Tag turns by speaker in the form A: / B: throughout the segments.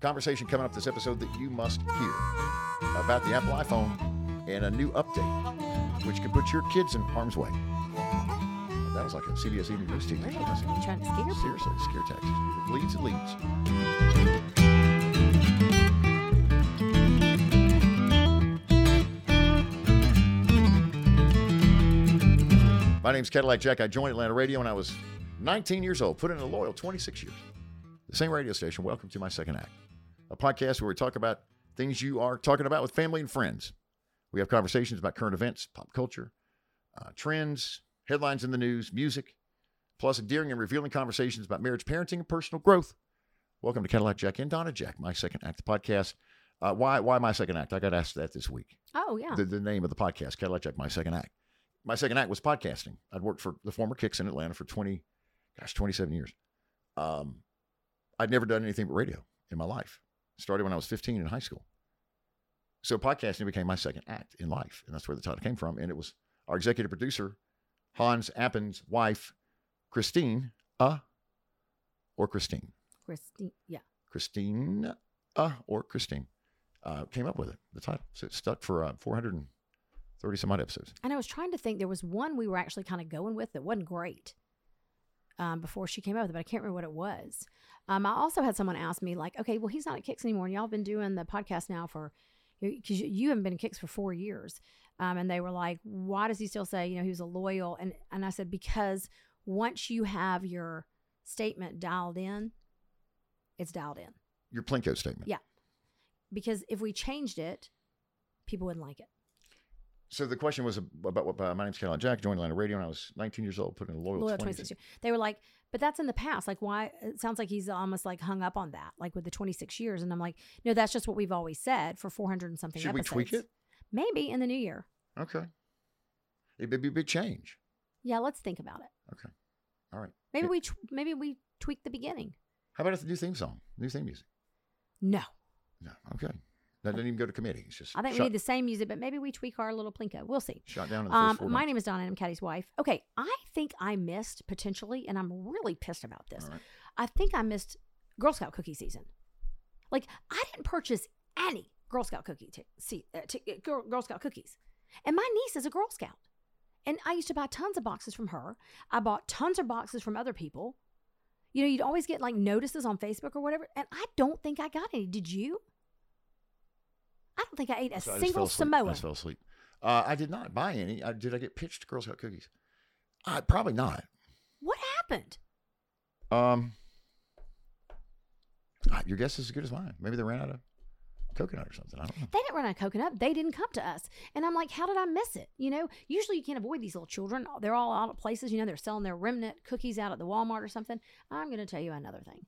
A: Conversation coming up this episode that you must hear about the Apple iPhone and a new update, which could put your kids in harm's way. That was like a CBS Evening News team.
B: Right. Trying to scare people.
A: Seriously, scare tactics. If it bleeds, it leads. My name's Cadillac Jack. I joined Atlanta Radio when I was 19 years old, put in a loyal 26 years. The same radio station. Welcome to my second act, a podcast where we talk about things you are talking about with family and friends. We have conversations about current events, pop culture, uh, trends, headlines in the news, music, plus endearing and revealing conversations about marriage, parenting, and personal growth. Welcome to Cadillac Jack and Donna Jack, my second act podcast. Uh, why, why my second act? I got asked that this week
B: Oh yeah.
A: the, the name of the podcast, Cadillac Jack, My Second Act. My second act was podcasting. I'd worked for the former Kicks in Atlanta for 20, gosh, 27 years. Um, I'd never done anything but radio in my life. Started when I was 15 in high school. So podcasting became my second act in life. And that's where the title came from. And it was our executive producer, Hans Appen's wife, Christine, uh, or Christine.
B: Christine. Yeah.
A: Christine uh, or Christine uh, came up with it, the title. So it stuck for uh, 430 some odd episodes.
B: And I was trying to think there was one we were actually kind of going with that wasn't great um, before she came up with it, but I can't remember what it was. Um, I also had someone ask me, like, okay, well, he's not at Kicks anymore, and y'all been doing the podcast now for, because you, you haven't been at Kicks for four years. Um, and they were like, why does he still say, you know, he was a loyal? And, and I said, because once you have your statement dialed in, it's dialed in.
A: Your Plinko statement.
B: Yeah. Because if we changed it, people wouldn't like it.
A: So the question was about what uh, my name's Caroline Jack, joined Atlanta Radio when I was 19 years old, put in a loyal,
B: loyal
A: 26.
B: 26 years. They were like, but that's in the past. Like, why? It sounds like he's almost like hung up on that, like with the 26 years. And I'm like, no, that's just what we've always said for 400 and something
A: Should we
B: episodes.
A: tweak it?
B: Maybe in the new year.
A: Okay. It'd be a big change.
B: Yeah, let's think about it.
A: Okay. All right.
B: Maybe
A: Yeah.
B: we tw- maybe we tweak the beginning.
A: How about the new theme song, new theme music?
B: No,
A: No. Okay. That didn't even go to committee. It's just
B: I think
A: shot,
B: we need the same music, but maybe we tweak our little plinko. We'll see.
A: shot down in the first
B: Um,
A: four
B: my
A: months.
B: name is Donna, and I'm Caddy's wife. Okay, I think I missed potentially, and I'm really pissed about this.
A: All right.
B: I think I missed Girl Scout cookie season. Like I didn't purchase any Girl Scout cookie t- see, uh, t- uh, Girl, Girl Scout cookies, and my niece is a Girl Scout, and I used to buy tons of boxes from her. I bought tons of boxes from other people. You know, you'd always get like notices on Facebook or whatever, and I don't think I got any. Did you? I don't think I ate a
A: So I just fell
B: single
A: asleep. I
B: Samoa.
A: just fell asleep. Uh, I did not buy any. I, did I get pitched Girl Scout cookies? Uh, probably not.
B: What happened?
A: Um, ah, your guess is as good as mine. Maybe they ran out of coconut or something. I don't know.
B: They didn't run out of coconut. They didn't come to us. And I'm like, how did I miss it? You know, usually you can't avoid these little children. They're all out at places. You know, they're selling their remnant cookies out at the Walmart or something. I'm going to tell you another thing.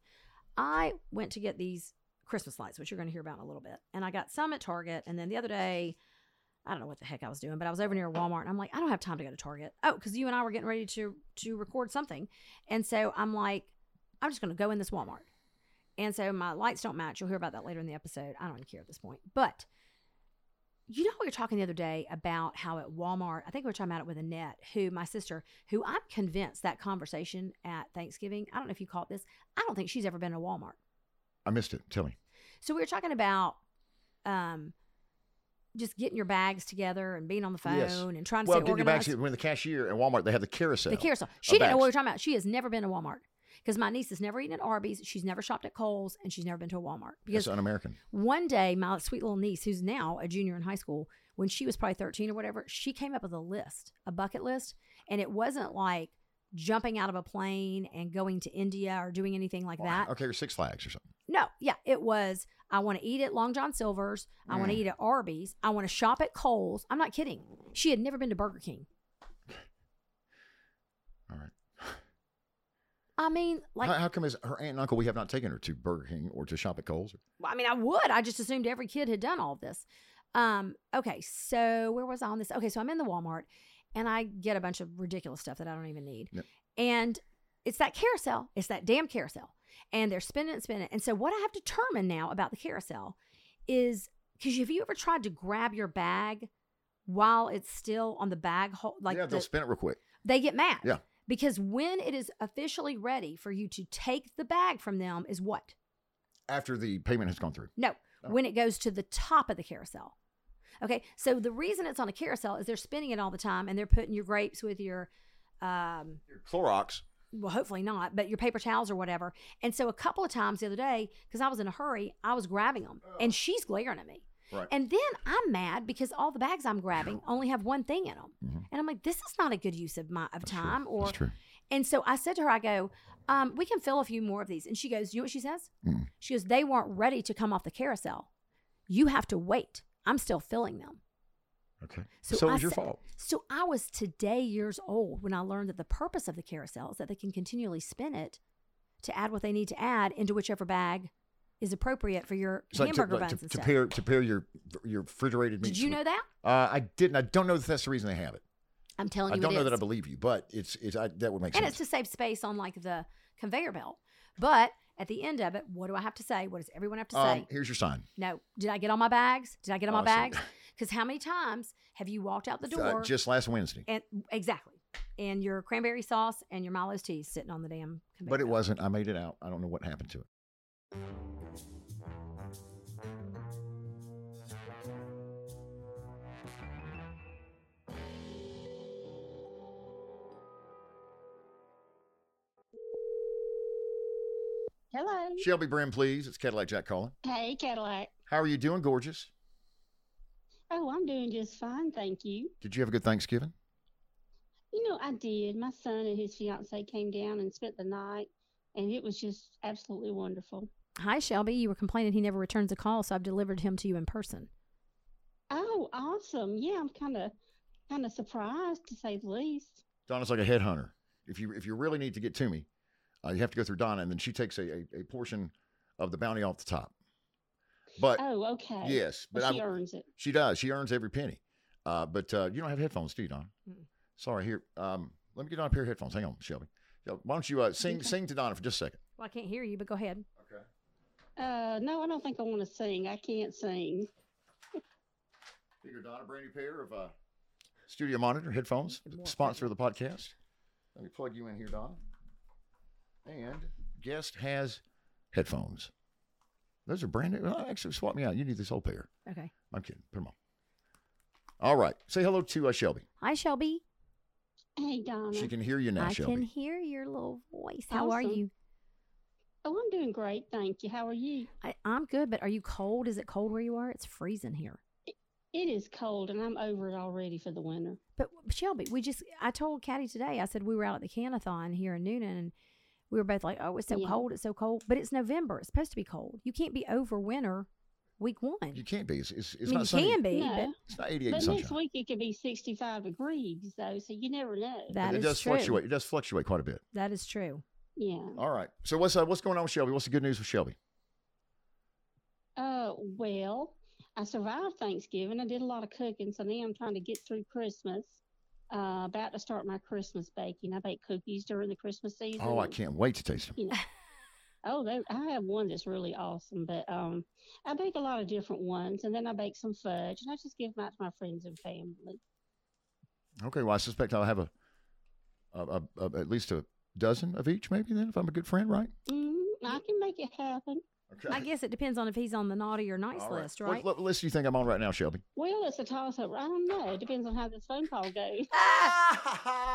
B: I went to get these Christmas lights, which you're going to hear about in a little bit. And I got some at Target. And then the other day, I don't know what the heck I was doing, but I was over near Walmart and I'm like, I don't have time to go to Target. Oh, because you and I were getting ready to to record something. And so I'm like, I'm just gonna go in this Walmart. And so my lights don't match. You'll hear about that later in the episode. I don't even care at this point. But you know, we were talking the other day about how at Walmart, I think we were talking about it with Annette, who my sister, who I'm convinced that conversation at Thanksgiving, I don't know if you caught this, I don't think she's ever been to Walmart.
A: I missed it. Tell me.
B: So we were talking about um, just getting your bags together and being on the phone
A: Yes.
B: and trying to
A: Well,
B: stay
A: get your back
B: organized.
A: seat when the cashier at Walmart they have the carousel.
B: the carousel. She didn't know what we
A: bags.
B: were talking about. She has never been to Walmart because my niece has never eaten at Arby's. She's never shopped at Kohl's and she's never been to a Walmart because
A: That's un-American.
B: one day my sweet little niece who's now a junior in high school when she was probably 13 or whatever she came up with a list a bucket list and it wasn't like jumping out of a plane and going to india or doing anything like that
A: Okay, or Six Flags or something.
B: no yeah it was i want to eat at long john silver's i want to
A: Mm.
B: eat at arby's i want to shop at cole's i'm not kidding she had never been to burger king
A: All right.
B: i mean like
A: how, how come is her aunt and uncle we have not taken her to Burger King or to shop at Kohl's?
B: Well, I mean, I would. I just assumed every kid had done all of this. Um, okay, so where was I on this? Okay, so I'm in the Walmart and I get a bunch of ridiculous stuff that I don't even need.
A: Yep.
B: And it's that carousel, it's that damn carousel. And they're spinning and spinning. And so what I have determined now about the carousel is because have you ever tried to grab your bag while it's still on the bag hole? Like
A: yeah, they'll
B: the-
A: spin it real quick.
B: they get mad.
A: Yeah.
B: Because when it is officially ready for you to take the bag from them is what?
A: after the payment has gone through.
B: No,
A: Oh.
B: when it goes to the top of the carousel. Okay, so the reason it's on a carousel is they're spinning it all the time, and they're putting your grapes with your, um,
A: Your Clorox.
B: well, hopefully not, but your paper towels or whatever. And so a couple of times the other day, because I was in a hurry, I was grabbing them, and she's glaring at me.
A: Right.
B: And then I'm mad because all the bags I'm grabbing only have one thing in them,
A: Mhm.
B: and I'm like, this is not a good use of my of
A: That's true.
B: time. Or
A: That's true.
B: and so I said to her, I go, um, we can fill a few more of these. And she goes, you know what she says?
A: Mm.
B: She goes, they weren't ready to come off the carousel. You have to wait. I'm still filling them.
A: Okay. So,
B: So
A: it
B: I
A: was your
B: said-
A: fault.
B: So I was today years old when I learned that the purpose of the carousel is that they can continually spin it to add what they need to add into whichever bag is appropriate for your
A: It's like to,
B: hamburger
A: like
B: buns
A: to,
B: and
A: to
B: stuff.
A: pair to pair your your refrigerated meat.
B: Did you
A: with-
B: know that?
A: Uh, I didn't. I don't know that that's the reason they have it.
B: I'm telling
A: I
B: you,
A: don't
B: it
A: know that I
B: is.
A: believe you, but it's it's I, that would make
B: and
A: sense.
B: it's to save space on like the conveyor belt. But at the end of it, what do I have to say? What does everyone have to say?
A: um, here's your sign.
B: No. Did I get all my bags? Did I get all my
A: Oh, I see.
B: bags? Because how many times have you walked out the
A: Uh,
B: door?
A: just last Wednesday,
B: and exactly, and your cranberry sauce and your Milo's tea sitting on the damn. conveyor
A: but it
B: belt.
A: wasn't. I made it out. I don't know what happened to it.
C: Hello.
A: Shelby Brim, please. It's Cadillac Jack calling.
C: Hey, Cadillac.
A: How are you doing, gorgeous?
C: Oh, I'm doing just fine, thank you.
A: Did you have a good Thanksgiving?
C: You know, I did. My son and his fiance came down and spent the night, and it was just absolutely wonderful.
B: Hi, Shelby. You were complaining he never returns a call, so I've delivered him to you in person.
C: Oh, awesome. Yeah, I'm kind of kind of surprised to say the least.
A: Donna's like a headhunter. If you if you really need to get to me, uh, you have to go through Donna, and then she takes a, a, a portion of the bounty off the top. But
C: Oh, okay.
A: yes, but
C: But she
A: I,
C: earns it.
A: she does. She earns every penny. Uh, but uh, you don't have headphones, do you, Donna?
B: Mm-mm.
A: Sorry. Here, um, let me get on a pair of headphones. Hang on, Shelby. Yeah, Why don't you uh, sing
C: Okay.
A: sing to Donna for just a second?
B: Well, I can't hear you, but go ahead.
A: Okay.
C: Uh, no, I don't think I want to sing. I can't sing.
A: Figure Donna, brand new pair of uh, studio monitor headphones,
B: Good morning.
A: sponsor of the podcast. Let me plug you in here, Donna. And guest has headphones. Those are brand new. Oh, actually, swap me out. You need this whole pair.
B: Okay.
A: I'm kidding. Put them on. All right. Say hello to uh, Shelby.
B: Hi, Shelby.
C: Hey, Donna.
A: She can hear you now,
B: I
A: Shelby.
B: can hear your little voice. How are
C: Awesome.
B: you?
C: Oh, I'm doing great, thank you. How are you?
B: I, I'm good, but are you cold? Is it cold where you are? It's freezing here.
C: It is cold, and I'm over it already for the winter.
B: But Shelby, we just I told Caddy today, I said we were out at the canathon here in Noonan and we were both like, Oh, it's so
C: Yeah.
B: cold, it's so cold. But it's November. It's supposed to be cold. You can't be over winter week one.
A: You can't be. It's, it's,
B: I
A: it's
B: mean
A: not
B: you
A: sunny.
B: can be,
C: No.
A: It's not 88
C: But
A: and
C: next
A: sunshine.
C: week it could be 65 degrees, though, so you never know.
B: but that
A: it
B: is
A: does
B: true.
A: fluctuate. It does fluctuate quite a bit.
B: That is true.
C: Yeah.
A: All right. So what's uh, what's going on with Shelby? What's the good news with Shelby?
C: Uh, well, I survived Thanksgiving. I did a lot of cooking, so now I'm trying to get through Christmas. Uh, about to start my Christmas baking. I bake cookies during the Christmas season.
A: Oh, I
C: and,
A: can't wait to taste them.
C: You know, oh, they, I have one that's really awesome, but um, I bake a lot of different ones, and then I bake some fudge, and I just give them out to my friends and family.
A: Okay, well, I suspect I'll have a, a, a, a at least a dozen of each, maybe then, if I'm a good friend, right?
C: Mm, I can make it happen.
A: Okay.
B: I guess it depends on if he's on the naughty or nice list, right?
A: What, what list do you think I'm on right now, Shelby?
C: Well, it's a toss up. I don't know. It depends on how this phone call goes.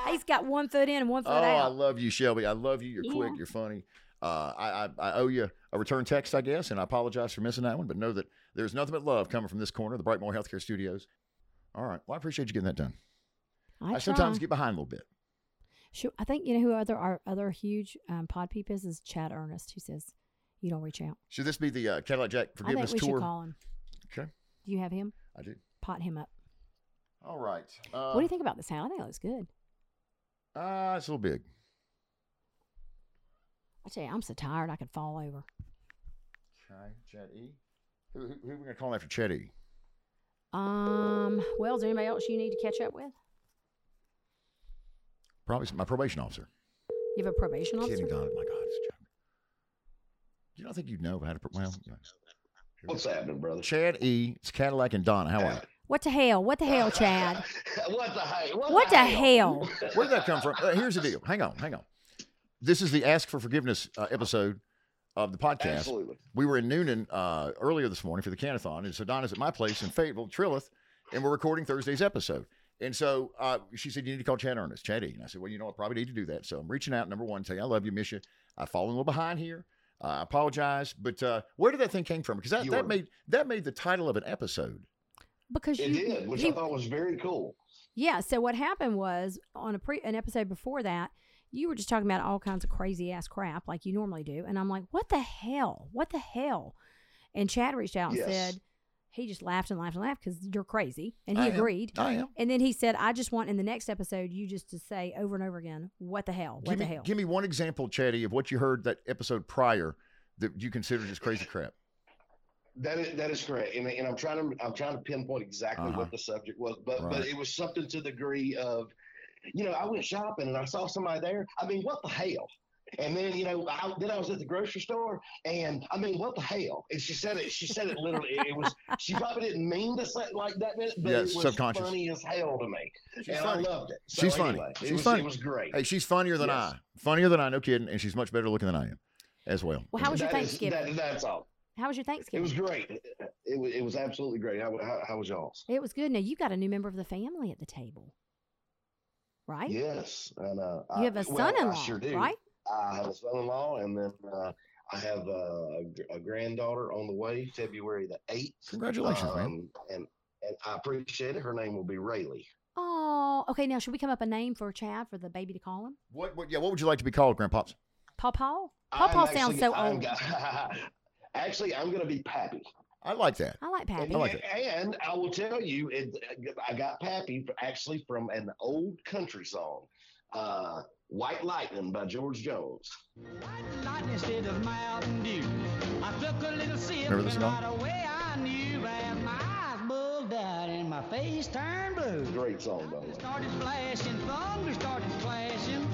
B: he's got one foot in and one
A: oh,
B: foot
A: I
B: out.
A: love you, Shelby. I love you. You're
C: Yeah.
A: quick. You're funny. Uh, I, I, I owe you a return text, I guess, and I apologize for missing that one, but know that there's nothing but love coming from this corner, the Brightmore Healthcare Studios. All right. Well, I appreciate you getting that done.
B: I,
A: sometimes
B: try.
A: get behind a little bit.
B: Sure. I think you know who other our other huge um, pod peep is is Chad Ernest who says you don't reach out.
A: Should this be the uh, Cadillac Jack
B: I think
A: Forgiveness
B: we
A: Tour?
B: should call him.
A: Okay.
B: Do you have him?
A: I do.
B: Pot him up.
A: All right. Uh,
B: what do you think about this hat? I think it looks good.
A: Uh, it's a little big.
B: I tell you, I'm so tired I could fall over.
A: Okay, Chad E. Who, who, who are we going to call after Chad E?
B: Um, well, is there anybody else you need to catch up with?
A: Probably my probation officer.
B: You have a probation
A: Kidding,
B: officer?
A: Don. My God, it's a joke. You don't think you'd know how to. Pro- well, yeah.
D: What's happening, brother?
A: Chad E. It's Cadillac and Donna. How are you?
B: What the hell? What the hell, Chad?
D: what the hell? What,
B: What
D: the
B: the hell?
A: Where did that come from? Uh, here's the deal. Hang on, hang on. This is the Ask for Forgiveness uh, episode of the podcast.
D: Absolutely.
A: We were in Noonan uh, earlier this morning for the Canathon, and so Donna's at my place in Fayetteville, Trillith, and we're recording Thursday's episode. And so uh, she said, You need to call Chad Ernest, Chad E. And I said, Well, you know, I probably need to do that. So I'm reaching out, number one, tell you I love you, miss you. I've fallen a little behind here. Uh, I apologize. But uh, where did that thing came from? Because that,
D: You
A: that
D: are-
A: made that made the title of an episode.
B: because
D: It
B: you
D: did, which
B: he-
D: I thought was very cool.
B: Yeah. So what happened was on a pre an episode before that, you were just talking about all kinds of crazy ass crap like you normally do, and I'm like, what the hell? What the hell? And Chad reached out and
D: Yes.
B: said he just laughed and laughed and laughed because you're crazy, and he
A: I am.
B: agreed.
A: I am.
B: And then he said, I just want in the next episode you just to say over and over again, what the hell? What
A: Give
B: the
A: me,
B: hell?
A: give me one example, Chatty, of what you heard that episode prior that you consider just crazy crap.
D: That is that is correct, and, and I'm trying to I'm trying to pinpoint exactly
A: Uh-huh.
D: what the subject was, but
A: Right.
D: but it was something to the degree of, you know, I went shopping and I saw somebody there. I mean, what the hell? And then you know, I, then I was at the grocery store, and I mean, what the hell? And she said it. She said it literally. it, it was she probably didn't mean to say it like that, but
A: Yeah,
D: it was
A: subconscious.
D: funny as hell to me,
A: She's
D: and
A: funny.
D: I loved it. So
A: She's funny.
D: anyway,
A: She's
D: it was,
A: funny.
D: It was great.
A: Hey, she's funnier than
D: Yes.
A: I. Funnier than I, no kidding. And she's much better looking than I am as well.
B: Well, how was your
D: That is-
B: Thanksgiving?
D: that- that's all.
B: how was your
D: It
B: Thanksgiving?
D: was great. It was, it was absolutely great. How, how, how was y'all's?
B: It was good. Now you got a new member of the family at the table, right?
D: Yes, and uh,
B: You have
D: I,
B: a
D: well, I
B: son-in-law,
D: sure do.
B: right?
D: I have a son-in-law, and then uh, I have uh, a, gr- a granddaughter on the way, February the eighth.
A: Congratulations, man.
D: Um, and and I appreciate it. Her name will be Rayleigh.
B: Oh, okay. Now should we come up a name for Chad for the baby to call him?
A: What, what, yeah, what would you like to be called, Grandpops?
B: Paw Paw? Paw
D: I'm
B: Paw sounds
D: actually-
B: so
D: I'm
B: old.
D: go- actually, I'm going to be Pappy.
A: I like that.
B: I like Pappy.
D: And,
A: I like it.
D: and I will tell you, it, I got Pappy actually from an old country song, uh, "White Lightning" by George Jones.
E: White lightning instead of Mountain Dew. I took a little sip
A: Remember this
E: and
A: song?
E: right away I knew and my eyes bugged out and my face turned blue.
D: Great song, by the way.
E: Started flashing, thunder started flashing.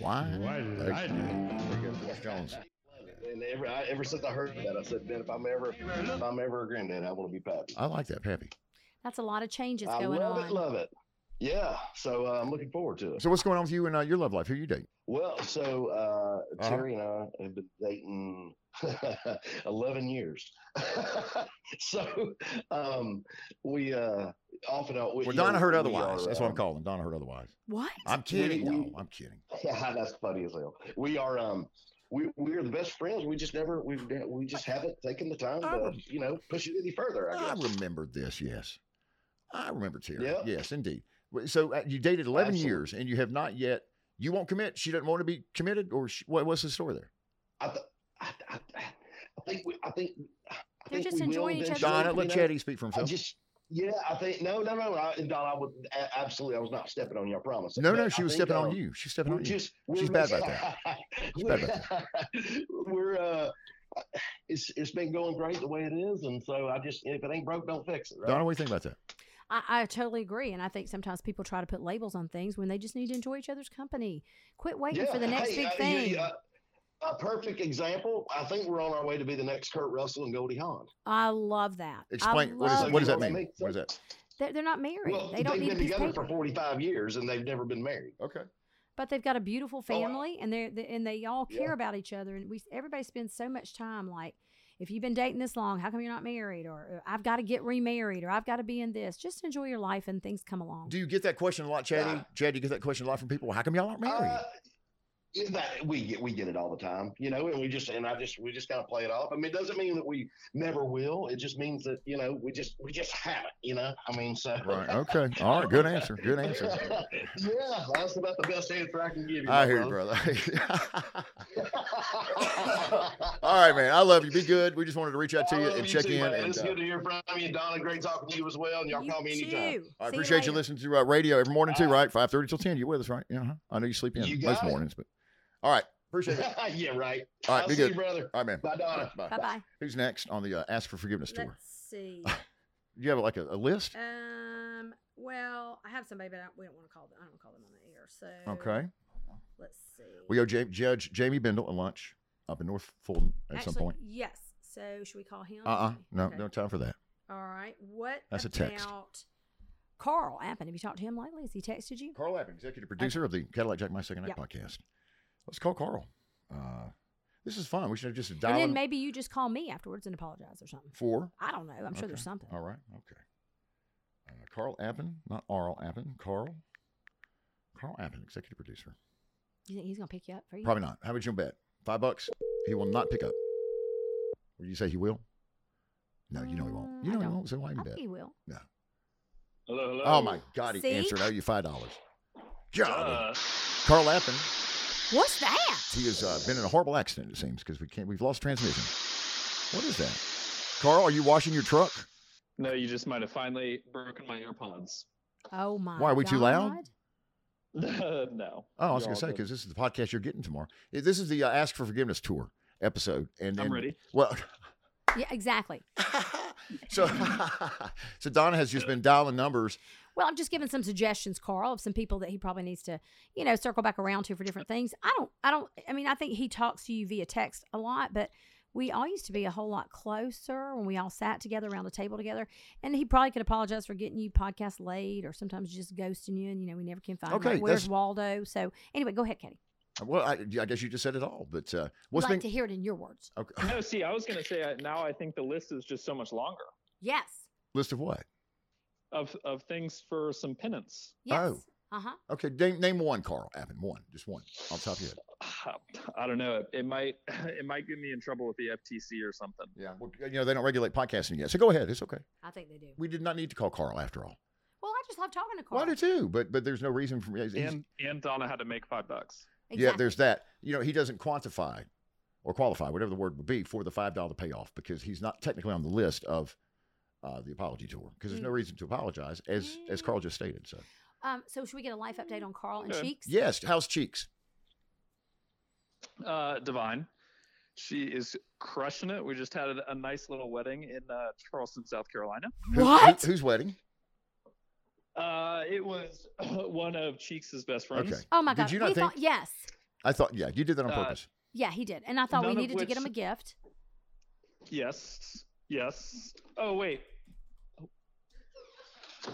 A: Why?
F: Why did
A: There's-
F: I do?
A: there you go, George Jones.
D: And ever, I, ever since I heard that, I said, "Man, if I'm ever, if I'm ever a granddad, I want to be Pappy."
A: I like that, Pappy.
B: That's a lot of changes
D: I
B: going
D: love
B: on.
D: it, love it. Yeah, so uh, I'm looking forward to it.
A: So, what's going on with you and uh, your love life? Who you date?
D: Well, so uh,
A: Uh-huh.
D: Terry and I have been dating 11 years. so um, we uh, off and on. We,
A: Well,
D: you know,
A: Donna heard
D: we
A: otherwise.
D: are,
A: That's what I'm
D: um,
A: calling. Donna heard otherwise.
B: What?
A: I'm kidding.
D: we-
A: No, I'm kidding.
D: Yeah, that's funny as hell. We are um we we are the best friends. We just never we've ne- we just haven't taken the time
A: I
D: to
A: rem-
D: you know push it any further. I
A: I
D: guess.
A: remember this. Yes, I remember Terry.
D: Yep.
A: Yes, indeed. Wait, So uh, you dated eleven
D: Absolutely.
A: years, and you have not yet. You won't commit. She doesn't want to be committed, or she, what, what's the story there?
D: I, th- I, I, I think we, I think I
B: They're
D: think
B: just
D: we will
B: enjoying each other's
D: eventually,
A: Donna,
D: you
A: let
D: know,
A: Chatty speak for
D: I
A: himself.
D: just yeah, I think no, no, no. I, and Donna, I would a- absolutely. I was not stepping on you. I promise.
A: no,
D: But
A: no, she
D: I
A: was
D: think,
A: stepping on
D: um,
A: you. She's stepping
D: We're
A: on you.
D: just we're
A: She's bad about that. She's bad
D: we're uh, it's it's been going great the way it is, and so I just if it ain't broke, don't fix it. Right?
A: Donna, what do you think about that?
B: I, I totally agree. And I think sometimes people try to put labels on things when they just need to enjoy each other's company. Quit waiting for the next
D: hey,
B: big
D: uh, you-
B: thing.
D: you- uh, a perfect example. I think we're on our way to be the next Kurt Russell and Goldie Hawn.
B: I love that. I
A: Explain what, is,
B: love
A: what does
D: that.
A: that mean?
D: Makes
A: What is that?
B: They're, they're not married.
D: Well,
B: they don't
D: have
B: need a
D: been
B: piece of
D: together
B: paper.
D: for 45 years and they've never been married.
A: Okay.
B: but they've got a beautiful
D: Oh, I-
B: family and they're they, and they all
D: Yeah.
B: care about each other and we everybody spends so much time like if you've been dating this long how come you're not married or uh, i've got to get remarried or i've got to be in this just enjoy your life and things come along
A: Do you get that question a lot, Chatty?
D: Yeah.
A: Chad, do you get that question a lot from people? Well, how come y'all aren't married?
D: Uh, is that we get we get it all the time, you know, and we just and I just we just kind of play it off. I mean, it doesn't mean that we never will. It just means that you know we just we just haven't, you know. I mean, so
A: right. Okay. All right. Good answer. Good answer.
D: yeah, that's about the best answer I can give you.
A: I
D: my
A: hear you,
D: brother.
A: brother. All right, man. I love you. Be good. We just wanted to reach out to
D: I
A: you
D: love
A: and check
D: too,
A: in.
D: man.
A: And,
D: it's
A: uh,
D: good to hear from you, and Donna. Great talking to you as well. And y'all call me anytime.
B: too.
A: I
B: See
A: appreciate you
B: later.
A: listening to uh, radio every morning too,
D: Uh,
A: right? Five thirty till ten. You with us, right? Yeah. huh I know you sleep in
D: You
A: most
D: got it.
A: mornings, but all right. Appreciate it.
D: yeah, right.
A: All right,
D: I'll
A: be
D: see
A: good.
D: you, brother.
A: All right, man.
D: Bye, Donna.
A: Bye.
B: bye bye
A: Who's next on the uh, Ask for Forgiveness tour?
B: let's see
A: Do you have like a, a list?
B: um well i have somebody but I, we don't want to call them i don't want to call them on the air so
A: Okay.
B: let's see
A: We owe Ja- Judge Jamie Bindle a lunch up in North Fulton at some point.
B: yes so should we call him
A: Uh uh No, no time for that.
B: All right. What
A: That's a
B: about
A: text.
B: Carl Appen? Have you talked to him lately? Has he texted you?
A: Carl Appen, executive producer of the Cadillac Jack My Second Act podcast. Let's call Carl. Uh, This is fun. We should have just
B: and
A: dialed
B: then maybe you just call me afterwards and apologize or something.
A: four.
B: I don't know. I'm sure there's
A: Okay.
B: something.
A: All right. Okay. Uh, Carl Appen, not Arl Appen. Carl. Carl Appen, executive producer.
B: You think he's gonna pick you up for you?
A: Probably not. How would you bet? Five bucks. He will not pick up. Would you say he will? No, you know he won't.
B: Mm,
A: You
B: I
A: know he
B: don't.
A: won't. So why
B: I
A: even
B: think
A: bet?
B: he will.
F: Hello, hello.
A: Oh my God! He
B: See?
A: answered. Owe you five dollars. God.
F: Uh,
A: Carl Appen.
B: What's that?
A: He has uh, been in a horrible accident. It seems because we can't. We've lost transmission. What is that? Carl, are you washing your truck?
F: no, you just might have finally broken my earpods.
B: Oh my.
A: Why, are we too loud?
B: God.
F: no.
A: Oh, I was going
F: You're all
A: to say
F: good.
A: because this is the podcast you're getting tomorrow. I- This is the uh, Ask for Forgiveness tour episode, and
F: I'm
A: and-
F: ready.
A: Well,
B: Yeah, exactly.
A: so so Donna has just been dialing numbers.
B: Well, I'm just giving some suggestions, Carl, of some people that he probably needs to, you know, circle back around to for different things. I don't, I don't, I mean, I think he talks to you via text a lot, but we all used to be a whole lot closer when we all sat together around a table together. And he probably could apologize for getting you podcast late or sometimes just ghosting you. And, you know, we never can find
A: Okay,
B: like, where's
A: that's-
B: Waldo. So anyway, go ahead, Katie.
A: Well, I, I guess you just said it all. But uh,
B: We'd
A: what's
B: like
A: been
B: to hear it in your words.
A: okay,
F: No, see, I was going to say uh, now I think the list is just so much longer
B: Yes.
A: list of what?
F: of of things for some penance.
B: Yes.
A: Oh.
B: Uh huh.
A: Okay, name, name one, Carl Appen. One, just one, off the top of your head.
F: I don't know. It might it might get me in trouble with the FTC or something.
A: Yeah, well, you know they don't regulate podcasting yet, so go ahead. It's okay.
B: I think they do.
A: We did not need to call Carl after all.
B: Well, I just love talking to Carl.
A: Well, I do too, but but there's no reason for me.
F: And and Donna had to make five bucks.
A: Yeah, there's that. You know, he doesn't quantify or qualify, whatever the word would be, for the five dollar payoff because he's not technically on the list of uh, the apology tour because there's no
B: Mm.
A: reason to apologize, as as Carl just stated. So
B: Um, so should we get a life update on Carl and
F: Okay.
B: Cheeks?
A: yes, how's cheeks?
F: Uh, Divine, she is crushing it. We just had a, a nice little wedding in uh, Charleston, South Carolina.
A: Who- who-
B: What?
A: whose wedding?
F: Uh, it was one of Cheeks' best friends.
A: Okay,
B: Oh my
A: Did
B: God.
A: you not
B: we
A: think-
B: thought, yes.
A: I thought yeah, you did that on
F: Uh,
A: purpose.
B: Yeah, he did. And I thought we
F: None of
B: needed to get
F: which-
B: him a gift.
F: Yes. Yes. Oh wait.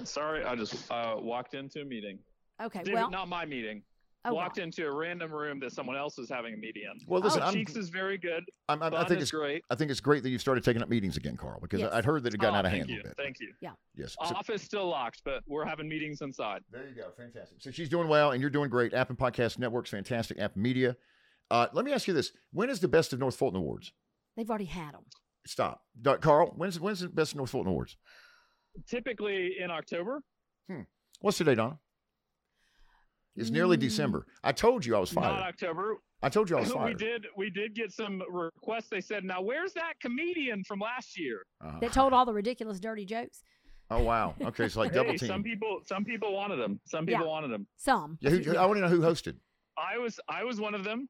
F: Sorry, I just uh, walked into a meeting.
B: Okay,
F: David,
B: well,
F: not my meeting.
B: oh,
F: walked
B: wow.
F: into a random room that someone else was having a meeting in.
A: Well, listen,
F: So
A: I'm,
F: Cheeks is very good.
A: I'm, I'm, I
F: Bond
A: think
F: is
A: it's
F: great.
A: I think it's great that you've started taking up meetings again, Carl, because
B: Yes.
A: I'd heard that it got
F: Oh,
A: out of
F: thank
A: hand a
F: you.
A: little bit.
F: Thank you. Uh-huh.
A: Yes. so-
F: Office still locked, but we're having meetings inside.
A: There you go. Fantastic. So she's doing well, and you're doing great. App and Podcast Network's fantastic. App Media. Uh, let me ask you this: When is the Best of North Fulton Awards?
B: They've already had him.
A: Stop, Do- Carl. When's when's the Best of North Fulton Awards?
F: Typically in October.
A: What's today, Donna? It's nearly
B: Mm.
A: December. I told you I was
F: Not
A: fired.
F: October.
A: I told you I was
F: we
A: fired.
F: did we did get some requests. They said, "Now where's that comedian from last year?"
A: Uh-huh.
B: That told all the ridiculous, dirty jokes.
A: Oh wow. Okay, it's like double
F: hey, some
A: team.
F: people some people wanted them. Some
B: Yeah.
F: people wanted them.
B: Some.
A: Yeah, who, who- I want to know who hosted.
F: I was I was one of them.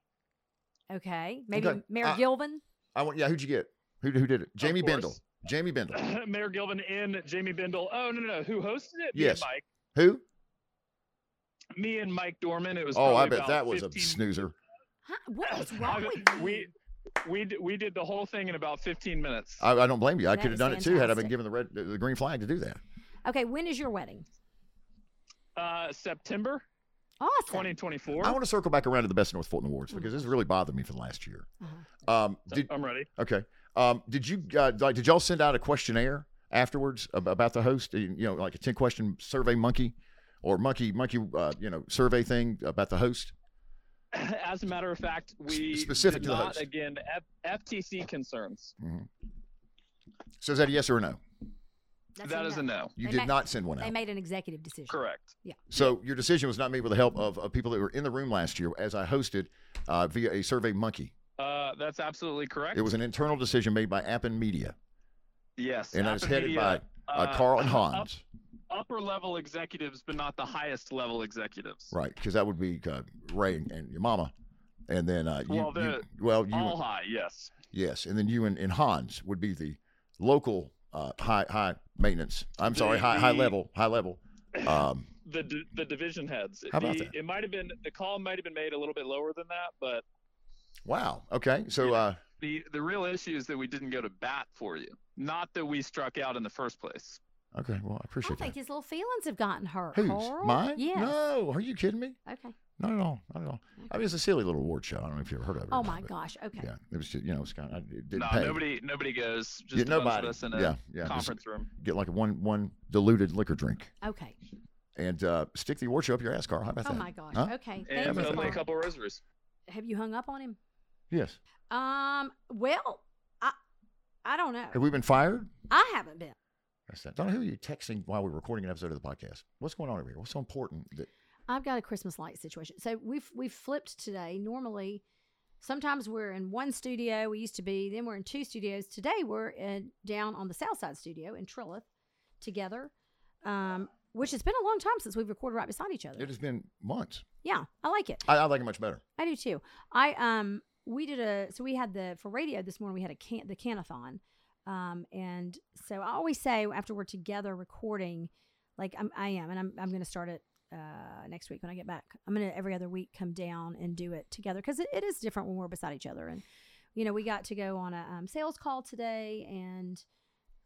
B: Okay. Maybe
A: Okay, uh,
B: Mayor
A: I-
B: Gilvin.
A: I want. Yeah, who'd you get? Who who did it? Jamie Bendel.
F: course.
A: Jamie Bendel.
F: Mayor Gilvin and Jamie Bindle. Oh no no no, who hosted it?
A: Yes.
F: Me and Mike.
A: Who?
F: Me and Mike Dorman. It was.
A: Oh, I
F: probably
A: bet
F: about
A: that was
F: 15
A: a snoozer.
B: Huh? What is
F: I
B: wrong
F: bet
B: with you?
F: we we d- we did the whole thing in about 15 minutes.
A: I, I don't blame you. I
B: That
A: could have
B: is
A: done it too had I been
B: fantastic.
A: given the red, the green flag to do that.
B: Okay, when is your wedding?
F: Uh, September
B: Awesome.
F: 2024.
A: I want to circle back around to the best of North Fulton Awards because this really bothered me for the last year.
B: Uh-huh.
A: Um, did,
F: I'm ready.
A: okay. Um, did you uh, like? Did y'all send out a questionnaire afterwards ab- about the host? You you know, like a ten question survey monkey or monkey monkey uh, you know survey thing about the host.
F: As a matter of fact, we
A: specific
F: did
A: to the
F: not
A: host.
F: again F- FTC concerns.
A: So is that a yes or a no?
B: That's
F: that
B: a
F: is
B: no.
F: a no.
A: You
B: They
A: did
B: ma-
A: not send one
B: They
A: out.
B: made an executive decision.
F: Correct.
A: So your decision was not made with the help of, of people that were in the room last year, as I hosted uh, via a survey monkey.
F: Uh, that's absolutely correct.
A: It was an internal decision made by Appen Media,
F: yes,
A: and I was
F: Appen
A: headed
F: Media, oh.
A: by uh, Carl and
F: up-
A: Hans.
F: upper level executives, but not the highest level executives.
A: Right, because that would be uh, Ray and, and your mama, and then uh, you,
F: Well,
A: you-
F: the-
A: well, you,
F: All high, yes.
A: yes, and then you and, and Hans would be the local uh, high high maintenance. I'm sorry,
F: The-
A: high high
F: the-
A: level, high level. Um,
F: The d- the division heads.
A: How about
F: the,
A: that?
F: It might have been the call might have been made a little bit lower than that, but
A: wow. Okay, so uh,
F: the the real issue is that we didn't go to bat for you. Not that we struck out in the first place.
A: Okay, well, I
B: I
A: appreciate
B: think
A: that.
B: his little feelings have gotten hurt.
A: Who's
B: Carl.
A: mine?
B: Yes.
A: No, are you kidding me?
B: Okay.
A: Not at all. Not at all. I mean, it's a silly little award show. I don't know if you ever heard of it.
B: Oh my
A: but-
B: gosh. Okay.
A: Yeah, it was just, you know, it's kind of, it didn't
F: No,
A: pay.
F: nobody nobody goes. Just
A: Yeah,
F: a bunch of
A: nobody.
F: us in a
A: yeah, yeah. just
F: conference room.
A: get like one one diluted liquor drink
B: Okay.
A: and uh, stick the award show up your ass, Carl. How about
B: Oh
A: that?
B: my gosh.
A: Huh?
B: Okay. Thank
F: And
B: you,
A: that's
F: only a
B: Carl.
F: couple rosaries.
B: Have you hung up on him?
A: Yes.
B: Um. Well, I, I don't know.
A: Have we been fired?
B: I haven't been.
A: That's that. Donna, who are you texting while we're recording an episode of the podcast? What's going on over here? What's so important that
B: I've got a Christmas light situation. So we've we've flipped today. Normally, sometimes we're in one studio. We used to be. Then we're in two studios. Today we're in, down on the South Side studio in Trillith, together. Um, which has been a long time since we've recorded right beside each other.
A: it has been months?
B: Yeah, I like it.
A: I, I like it much better.
B: I do too. I um we did a so we had the for radio this morning we had a can the canathon. Um and so I always say after we're together recording, like I'm I am and I'm I'm gonna start it uh next week when I get back. I'm gonna every other week come down and do it together because it, it is different when we're beside each other and you know, we got to go on a um, sales call today and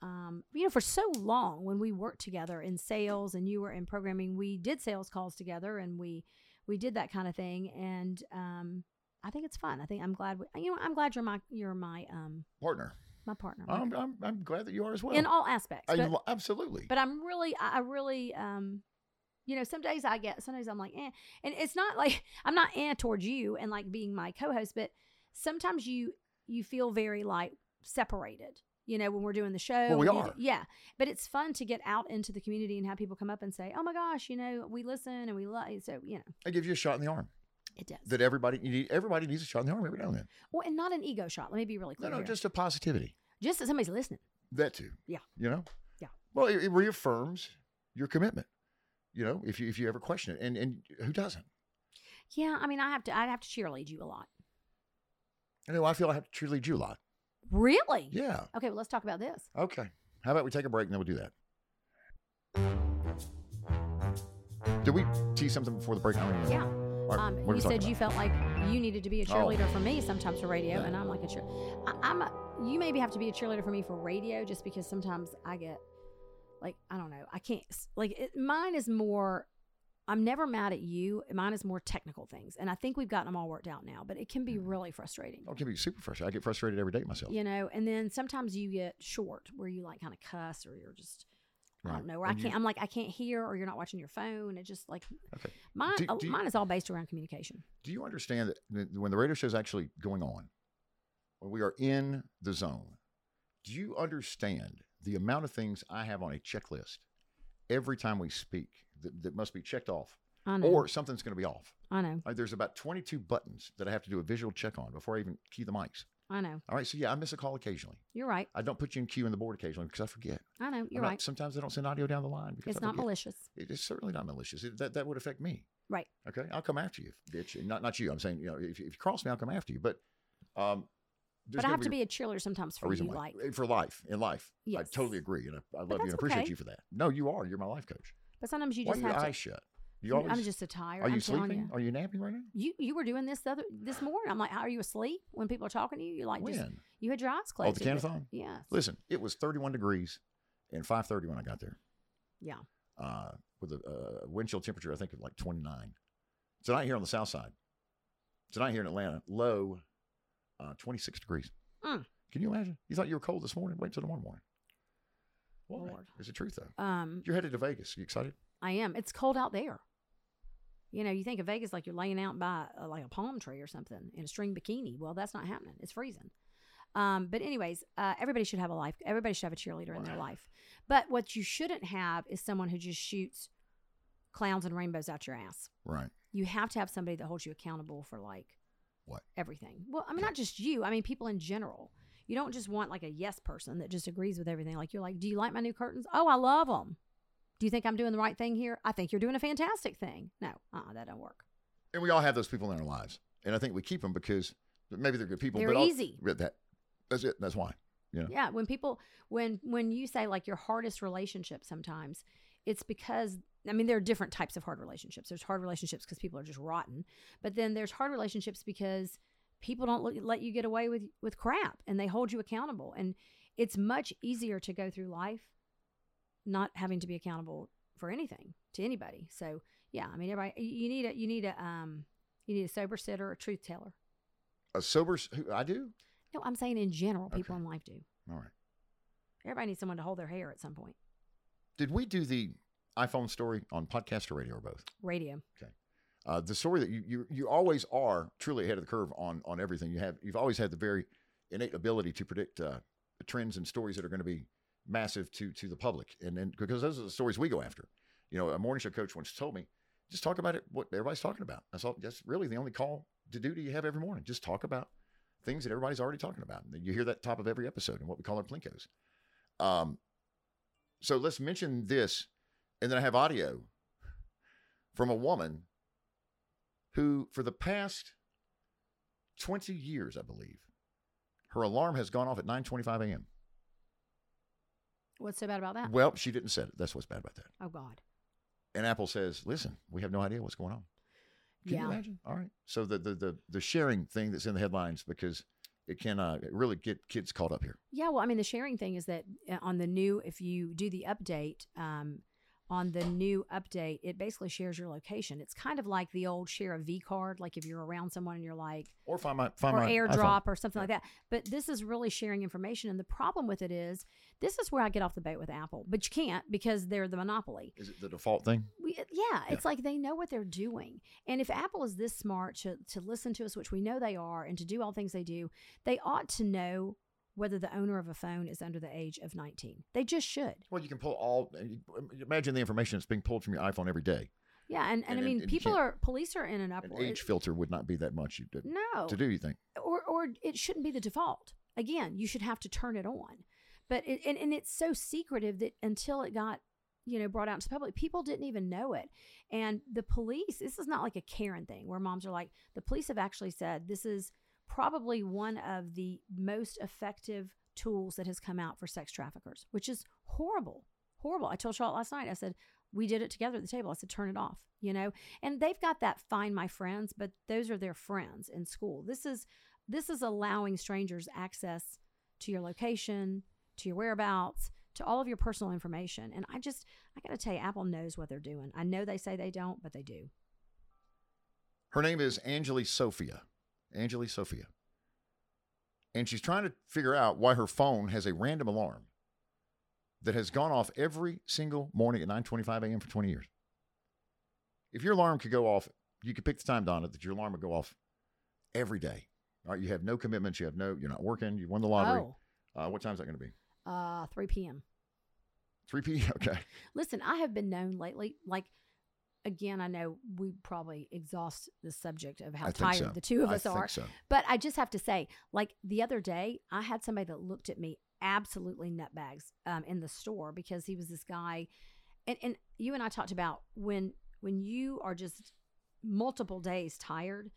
B: um, you know, for so long when we worked together in sales and you were in programming, we did sales calls together and we we did that kind of thing. And um, I think it's fun. I think I'm glad. We, you know, I'm glad you're my you're my um
A: Partner.
B: my partner my-
A: I'm, I'm, I'm glad that you are as Oh, well.
B: in all aspects.
A: I-
B: but,
A: absolutely.
B: but I'm really, I I really, um, you know, some days I get, some days I'm like, eh, and it's not like I'm not eh towards you and like being my co-host, but sometimes you you feel very like separated. You know, when we're doing the show,
A: Well, we
B: and you-
A: are.
B: yeah. But it's fun to get out into the community and have people come up and say, "Oh my gosh, you know, we listen and we love." So you know,
A: I give you a shot in the arm.
B: it does.
A: That everybody you need, everybody needs a shot in the arm every now and then.
B: well, and not an ego shot. Let me be really
A: No,
B: clear.
A: no,
B: here.
A: just a positivity.
B: just that somebody's listening.
A: That too.
B: Yeah.
A: You know?
B: Yeah.
A: Well, it, it reaffirms your commitment. You know, if you if you ever question it. And and who doesn't?
B: Yeah, I mean, I have to, I have to cheerlead you a lot.
A: I know I feel I have to cheerlead you a lot.
B: Really?
A: Yeah.
B: Okay, well, let's talk about this.
A: Okay. How about we take a break and then we'll do that? Did we tease something before the break? I don't even know.
B: Yeah.
A: All right,
B: Um,
A: what are we
B: you said
A: talking
B: you
A: about?
B: felt like you needed to be a
A: Oh.
B: cheerleader for me sometimes for radio,
A: Yeah.
B: and I'm like a cheer. I, I'm a, you maybe have to be a cheerleader for me for radio just because sometimes I get like I don't know I can't s- like it, mine is more. I'm never mad at you. Mine is more technical things, and I think we've gotten them all worked out now. But it can be
A: Hmm.
B: really frustrating,
A: I'll give you super frustrated. I get frustrated every day myself.
B: you know. And then sometimes you get short where you like kind of cuss or you're just. I
A: Right.
B: don't know. Or I
A: And you-
B: can't. I'm like I can't hear, or you're not watching your phone. It just like
A: Okay.
B: mine.
A: Do-
B: uh,
A: do you-
B: mine is all based around communication.
A: Do you understand that th- when the radio show is actually going on, when we are in the zone, do you understand the amount of things I have on a checklist every time we speak that, that must be checked off
B: I know.
A: or something's going to be off?
B: I know.
A: Like, there's about 22 buttons that I have to do a visual check on before I even key the mics.
B: I know.
A: All right. So, yeah, I miss a call occasionally.
B: You're right.
A: I don't put you in queue in the board occasionally because I forget.
B: I know. You're
A: I'm not-
B: right.
A: sometimes I don't send audio down the line because
B: It's
A: I
B: not
A: forget.
B: malicious.
A: It is certainly not malicious. It, that, that would affect me.
B: Right.
A: Okay, I'll come after you, bitch. And Not not you. I'm saying you know if, if you cross me, I'll come after you. But um, there's
B: but I
A: gotta
B: have to be a cheerlealer sometimes
A: a
B: for
A: reason
B: you.
A: why
B: Like,
A: Eh, for life in life. I
B: Yes.
A: totally agree, and I, I love you and
B: that's
A: appreciate
B: okay.
A: you for that. No, you are. You're my life coach.
B: but sometimes you
A: why
B: just
A: are your
B: have to.
A: eyes shut? You always.
B: I'm just so tired.
A: are you
B: I'm telling
A: sleeping?
B: you.
A: Are you napping right now?
B: You you were doing this the other this morning. I'm like, are you asleep when people are talking to you? You're like,
A: when?
B: just you had your eyes
A: oh,
B: closed.
A: the
B: It was-
A: canathon.
B: Yes.
A: Listen, it was 31 degrees and 5:30 when I got there.
B: Yeah.
A: Uh, with a uh, wind chill temperature, I think of like 29. Tonight here on the south side. Tonight here in Atlanta, low uh, 26 degrees.
B: Mm.
A: Can you imagine? You thought you were cold this morning? Wait till tomorrow morning. Why?
B: Lord.
A: It's the truth though.
B: Um,
A: You're headed to Vegas. You excited?
B: I am. It's cold out there. You know, you think of Vegas like you're laying out by uh, like a palm tree or something in a string bikini. Well, that's not happening. It's freezing. Um, but anyways, uh, everybody should have a life. Everybody should have a cheerleader in their life. But what you shouldn't have is someone who just shoots clowns and rainbows out your ass.
A: Right.
B: you have to have somebody that holds you accountable for like
A: What?
B: everything well i mean not just you i mean people in general you don't just want like a yes person that just agrees with everything like you're like do you like my new curtains oh i love them do you think i'm doing the right thing here i think you're doing a fantastic thing no uh-uh, that don't work
A: And we all have those people in our lives, and I think we keep them because maybe they're good people.
B: They're
A: but al-
B: easy.
A: but that that's it. That's why. Yeah.
B: yeah when people when when you say like your hardest relationship sometimes it's because i mean there are different types of hard relationships there's hard relationships because people are just rotten but then there's hard relationships because people don't look, let you get away with with crap and they hold you accountable and it's much easier to go through life not having to be accountable for anything to anybody. So yeah, I mean, everybody, you you need a you need a um you need a sober sitter, a truth teller.
A: A sober. s- Who, I do.
B: No, I'm saying in general, people
A: Okay.
B: in life do.
A: All right.
B: Everybody needs someone to hold their hair at some point.
A: Did we do the iPhone story on podcast or radio or both?
B: Radio.
A: Uh, the story that you, you you always are truly ahead of the curve on on everything you have. You've always had the very innate ability to predict uh, trends and stories that are going to be massive to to the public, and then because those are the stories we go after. You know, a morning show coach once told me, just talk about it what everybody's talking about. That's all. That's really the only call to duty you have every morning. Just talk about things that everybody's already talking about. And you hear that top of every episode in what we call our plinkos. Um, so let's mention this, and then I have audio from a woman who, for the past 20 years, I believe, her alarm has gone off at 9:25 a.m.
B: What's so bad about that?
A: Well, she didn't set it. That's what's bad about that.
B: Oh God.
A: And Apple says, "Listen, we have no idea what's going on." Can you
B: Yeah.
A: imagine? All right. So the, the the the sharing thing that's in the headlines because it can uh, really get kids caught up here.
B: Yeah. Well, I mean, the sharing thing is that uh, on the new, if you do the update, um, on the new update, it basically shares your location. It's kind of like the old share a V card. Like if you're around someone and you're like,
A: Or find my find
B: or
A: my iPhone.
B: airdrop or something like that. But this is really sharing information. And the problem with it is, this is where I get off the boat with Apple, but you can't because they're the monopoly.
A: Is it the default thing?
B: We, uh, yeah, it's like they know what they're doing. And if Apple is this smart to, to listen to us, which we know they are, and to do all the things they do, they ought to know whether the owner of a phone is under the age of 19. They just should.
A: Well, you can pull all. Imagine the information that's being pulled from your iPhone every day.
B: Yeah. And, and,
A: And-
B: I mean,
A: and- and you
B: people
A: can't-
B: are, police are in an
A: An
B: uproar.
A: age
B: It-
A: filter would not be that much you to,
B: no.
A: to do. You think?
B: or or it shouldn't be the default. Again, you should have to turn it on. But it, and, and it's so secretive that until it got you know brought out into the public, people didn't even know it. And the police, this is not like a Karen thing where moms are like, the police have actually said this is probably one of the most effective tools that has come out for sex traffickers, which is horrible, horrible. I told Charlotte last night. I said. We did it together at the table. I said, turn it off, you know? And they've got that find my friends, but those are their friends in school. This is this is allowing strangers access to your location, to your whereabouts, to all of your personal information. And I just, I got to tell you, Apple knows what they're doing. I know they say they don't, but they do.
A: Her name is Angeli Sophia. Angeli Sophia. And she's trying to figure out why her phone has a random alarm that has gone off every single morning at 9:25 a.m. for 20 years. If your alarm could go off, you could pick the time, Donna, that your alarm would go off every day. All right, you have no commitments. You have no. You're not working. You won the lottery. Uh, what time is that going to be?
B: Oh, uh, 3 p.m.
A: 3 p.m. Okay.
B: Listen, I have been known lately, like, again, I know we probably exhaust the subject of how
A: I think
B: tired
A: so.
B: the two of
A: I
B: us
A: think
B: are.
A: so.
B: But I just have to say, like the other day, I had somebody that looked at me absolutely nutbags um, in the store because he was this guy, and and you and I talked about when when you are just multiple days tired,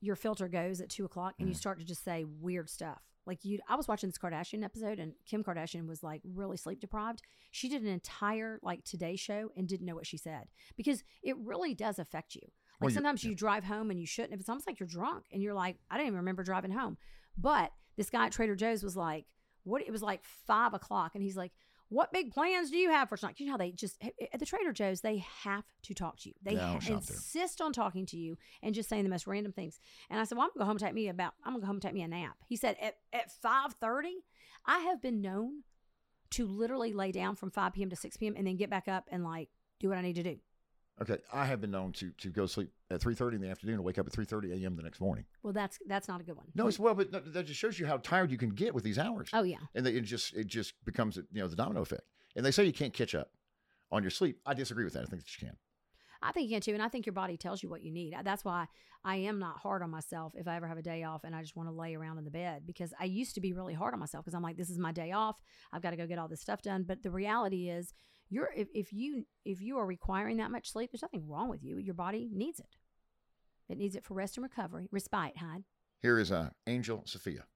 B: your filter goes at two o'clock and you
A: Mhm.
B: start to just say weird stuff. Like you, I was watching this Kardashian episode and Kim Kardashian was like really sleep deprived. She did an entire like Today show and didn't know what she said because it really does affect you. Like
A: Well, you-
B: sometimes
A: yeah.
B: you, drive home and you shouldn't. If it's almost like you're drunk and you're like, I don't even remember driving home. But this guy at Trader Joe's was like, what? It was like five o'clock and he's like, what big plans do you have for tonight? You know how they just at the Trader Joe's they have to talk to you. They
A: Yeah, I'll
B: ha-
A: shop there.
B: insist on talking to you and just saying the most random things. And I said, "Well, I'm gonna go home and take me about. I'm gonna go home and take me a nap." He said, "At at five thirty, I have been known to literally lay down from five p.m. to six p.m. and then get back up and like do what I need to do."
A: Okay. I have been known to to go sleep at 3:30 in the afternoon and wake up at 3:30 a.m. the next morning.
B: Well, that's that's not a good one.
A: No, it's well, but no, that just shows you how tired you can get with these hours,
B: oh yeah,
A: and they, it just it just becomes you know the domino effect. And they say you can't catch up on your sleep. I disagree with that. I think that you can.
B: I think you can too, and I think your body tells you what you need. That's why I am not hard on myself if I ever have a day off and I just want to lay around in the bed because I used to be really hard on myself because I'm like, this is my day off. I've got to go get all this stuff done. But the reality is, you're if, if you if you are requiring that much sleep, there's nothing wrong with you. Your body needs it. It needs it for rest and recovery, respite, Hyde.
A: Here is uh, Angel Sophia.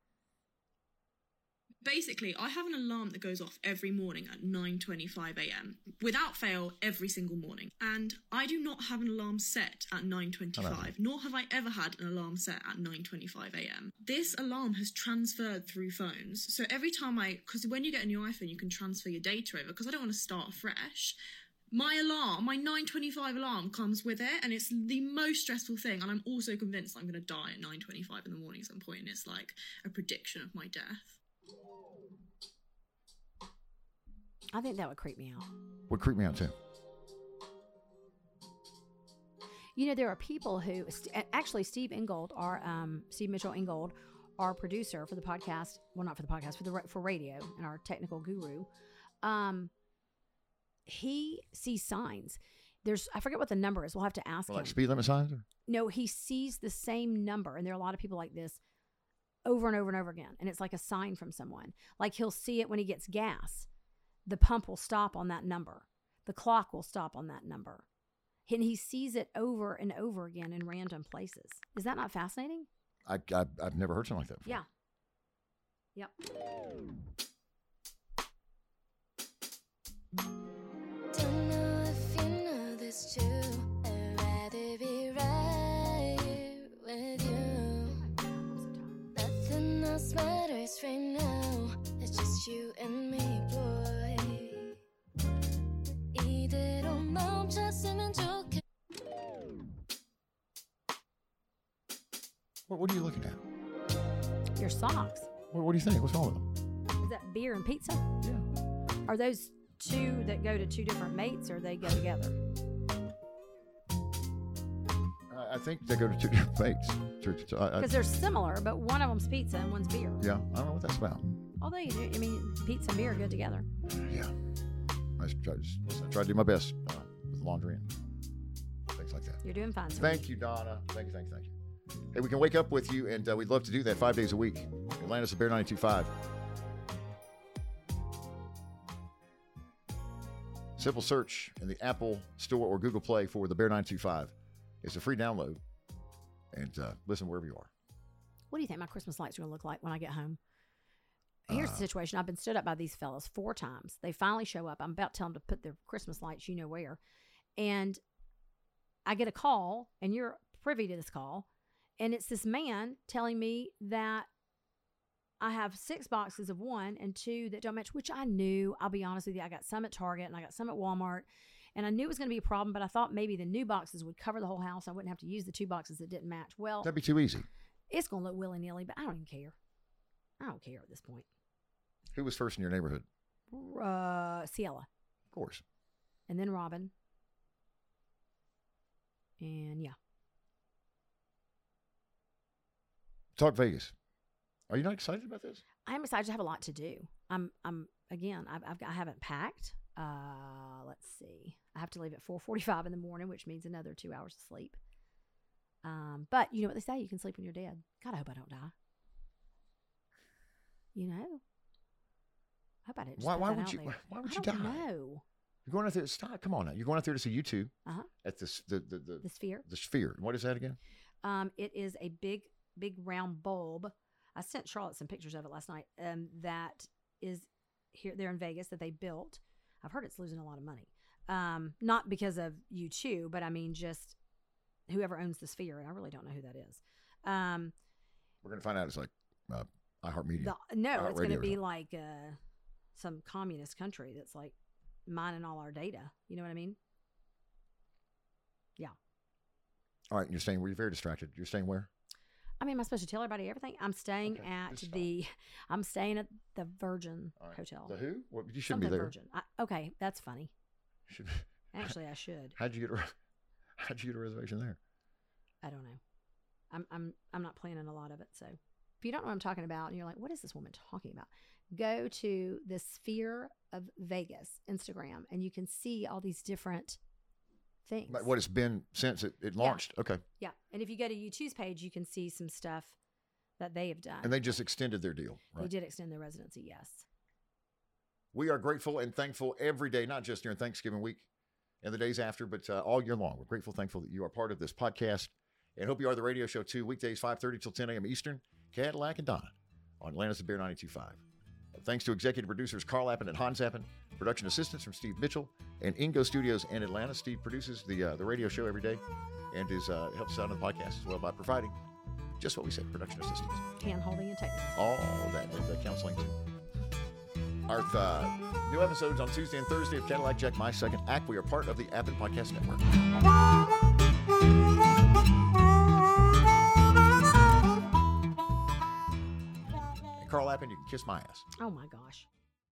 G: Basically, I have an alarm that goes off every morning at 9:25 a.m. without fail every single morning. And I do not have an alarm set at 9:25, nor have I ever had an alarm set at 9:25 a.m. This alarm has transferred through phones. So every time I cuz when you get a new iPhone, you can transfer your data over because I don't want to start fresh my alarm, my 9:25 alarm comes with it, and it's the most stressful thing. And I'm also convinced I'm going to die at 9:25 in the morning at some point, and it's like a prediction of my death.
B: I think that would creep me out.
A: Would creep me out too.
B: You know, there are people who st- actually Steve Ingold, our um, Steve Mitchell Ingold, our producer for the podcast. Well, not for the podcast, for the ra- for radio, and our technical guru. Um, he sees signs. There's I forget what the number is. We'll have to ask
A: Well, like
B: him.
A: speed limit signs? Or?
B: no, he sees the same number, and there are a lot of people like this over and over and over again, and it's like a sign from someone. Like he'll see it when he gets gas. The pump will stop on that number. The clock will stop on that number. And he sees it over and over again in random places. Is that not fascinating?
A: I, I, I've never heard something like that before.
B: Yeah. Yep.
H: Don't know if you know this too. I'd rather be right here with you.
B: I'm so tired.
H: Nothing else matters right now. It's just you and me, boy. 이대로 멈췄으면 좋겠.
A: What, what are you looking at?
B: Your socks.
A: What, what do you think? What's wrong with them?
B: Is that beer and pizza? Are those two that go to two different mates or they go together?
A: I, I think they go to two different fates. Two- two- I- I-
B: Because they're similar, but one of them's pizza and one's beer.
A: yeah, I don't know what that's about.
B: Although you do, I mean, pizza and beer go together.
A: Yeah. I s- try, just, listen, I try to do my best uh, with laundry and things like that.
B: You're doing fine. sir.
A: Thank you, Donna. Thank you, thank you, thank you. Hey, we can wake up with you, and uh, we'd love to do that five days a week. Atlantis at Bear 92.5. Simple search in the Apple Store or Google Play for the Bear 925. It's a free download, and uh, listen wherever you are.
B: What do you think my Christmas lights are going to look like when I get home? Here's
A: Uh,
B: the situation. I've been stood up by these fellas four times. They finally show up. I'm about to tell them to put their Christmas lights, you know where. And I get a call, and you're privy to this call. And it's this man telling me that I have six boxes of one and two that don't match, which I knew. I'll be honest with you. I got some at Target and I got some at Walmart. And I knew it was going to be a problem, but I thought maybe the new boxes would cover the whole house. I wouldn't have to use the two boxes that didn't match. Well,
A: That'd be too easy.
B: it's gonna look willy nilly, but I don't even care. I don't care at this point.
A: Who was first in your neighborhood?
B: Uh, Ciela,
A: Of course.
B: and then Robin, and yeah,
A: Talk Vegas. Are you not excited about this?
B: I'm excited. I just have a lot to do. I'm, I'm again. I've, I've got, I haven't packed. Uh, let's see. I have to leave at 4:45 in the morning, which means another two hours of sleep. Um, but you know what they say: you can sleep when you're dead. God, I hope I don't die. You know, I hope I didn't. just
A: Why-
B: put
A: why
B: that
A: would
B: out
A: you-
B: there.
A: why- why would
B: I
A: you
B: don't
A: die?
B: Know.
A: You're going out there. Stop. Come on now. You're going out there to see you two
B: Uh-huh.
A: at this the the the,
B: The sphere.
A: the sphere. What is that again?
B: Um, it is a big, big round bulb. I sent Charlotte some pictures of it last night. Um, that is here. They're in Vegas that they built. I've heard it's losing a lot of money. Um, not because of you two, but I mean just whoever owns the sphere, and I really don't know who that is. Um,
A: We're gonna find out. It's like uh, iHeartMedia.
B: the, no,
A: Uh,
B: it's going
A: radio
B: to
A: or
B: be
A: something.
B: like uh, some communist country that's like mining all our data. You know what I mean?
A: All right. You're saying were you very distracted? You're saying where?
B: I mean, am I supposed to tell everybody everything? I'm staying
A: Okay,
B: at
A: that's fine.
B: the, I'm staying at the Virgin
A: All right.
B: Hotel.
A: The who? Well, you shouldn't
B: Something
A: be there.
B: Virgin. I, okay, that's funny.
A: Should-
B: Actually, I should.
A: how'd you get a re- how'd you get a reservation there?
B: I don't know. I'm I'm I'm not planning a lot of it. So if you don't know what I'm talking about, and you're like, what is this woman talking about? Go to the Sphere of Vegas Instagram, and you can see all these different things.
A: Like, What it's been since it, it launched. Okay.
B: Yeah, and if you go to YouTube's page, you can see some stuff that they have done.
A: And they just extended their deal.
B: They
A: Right.
B: did extend their residency. Yes.
A: We are grateful and thankful every day, not just during Thanksgiving week and the days after, but uh, all year long. We're grateful, thankful that you are part of this podcast, and hope you are the radio show too. Weekdays five thirty till ten a.m. Eastern, Cadillac and Donna on Atlanta's The Bear 92.5. Thanks to executive producers Carl Appen and Hans Appen, production assistance from Steve Mitchell and Ingo Studios in Atlanta. Steve produces the uh, the radio show every day, and is uh, helps us out on the podcast as well by providing just what we said: production assistance,
B: Hand holding and technical.
A: all that and the counseling too. Our uh, new episodes on Tuesday and Thursday of Cadillac Jack, My Second Act. We are part of the Appen Podcast Network. And Carl Appen, you can kiss my ass.
B: Oh my gosh.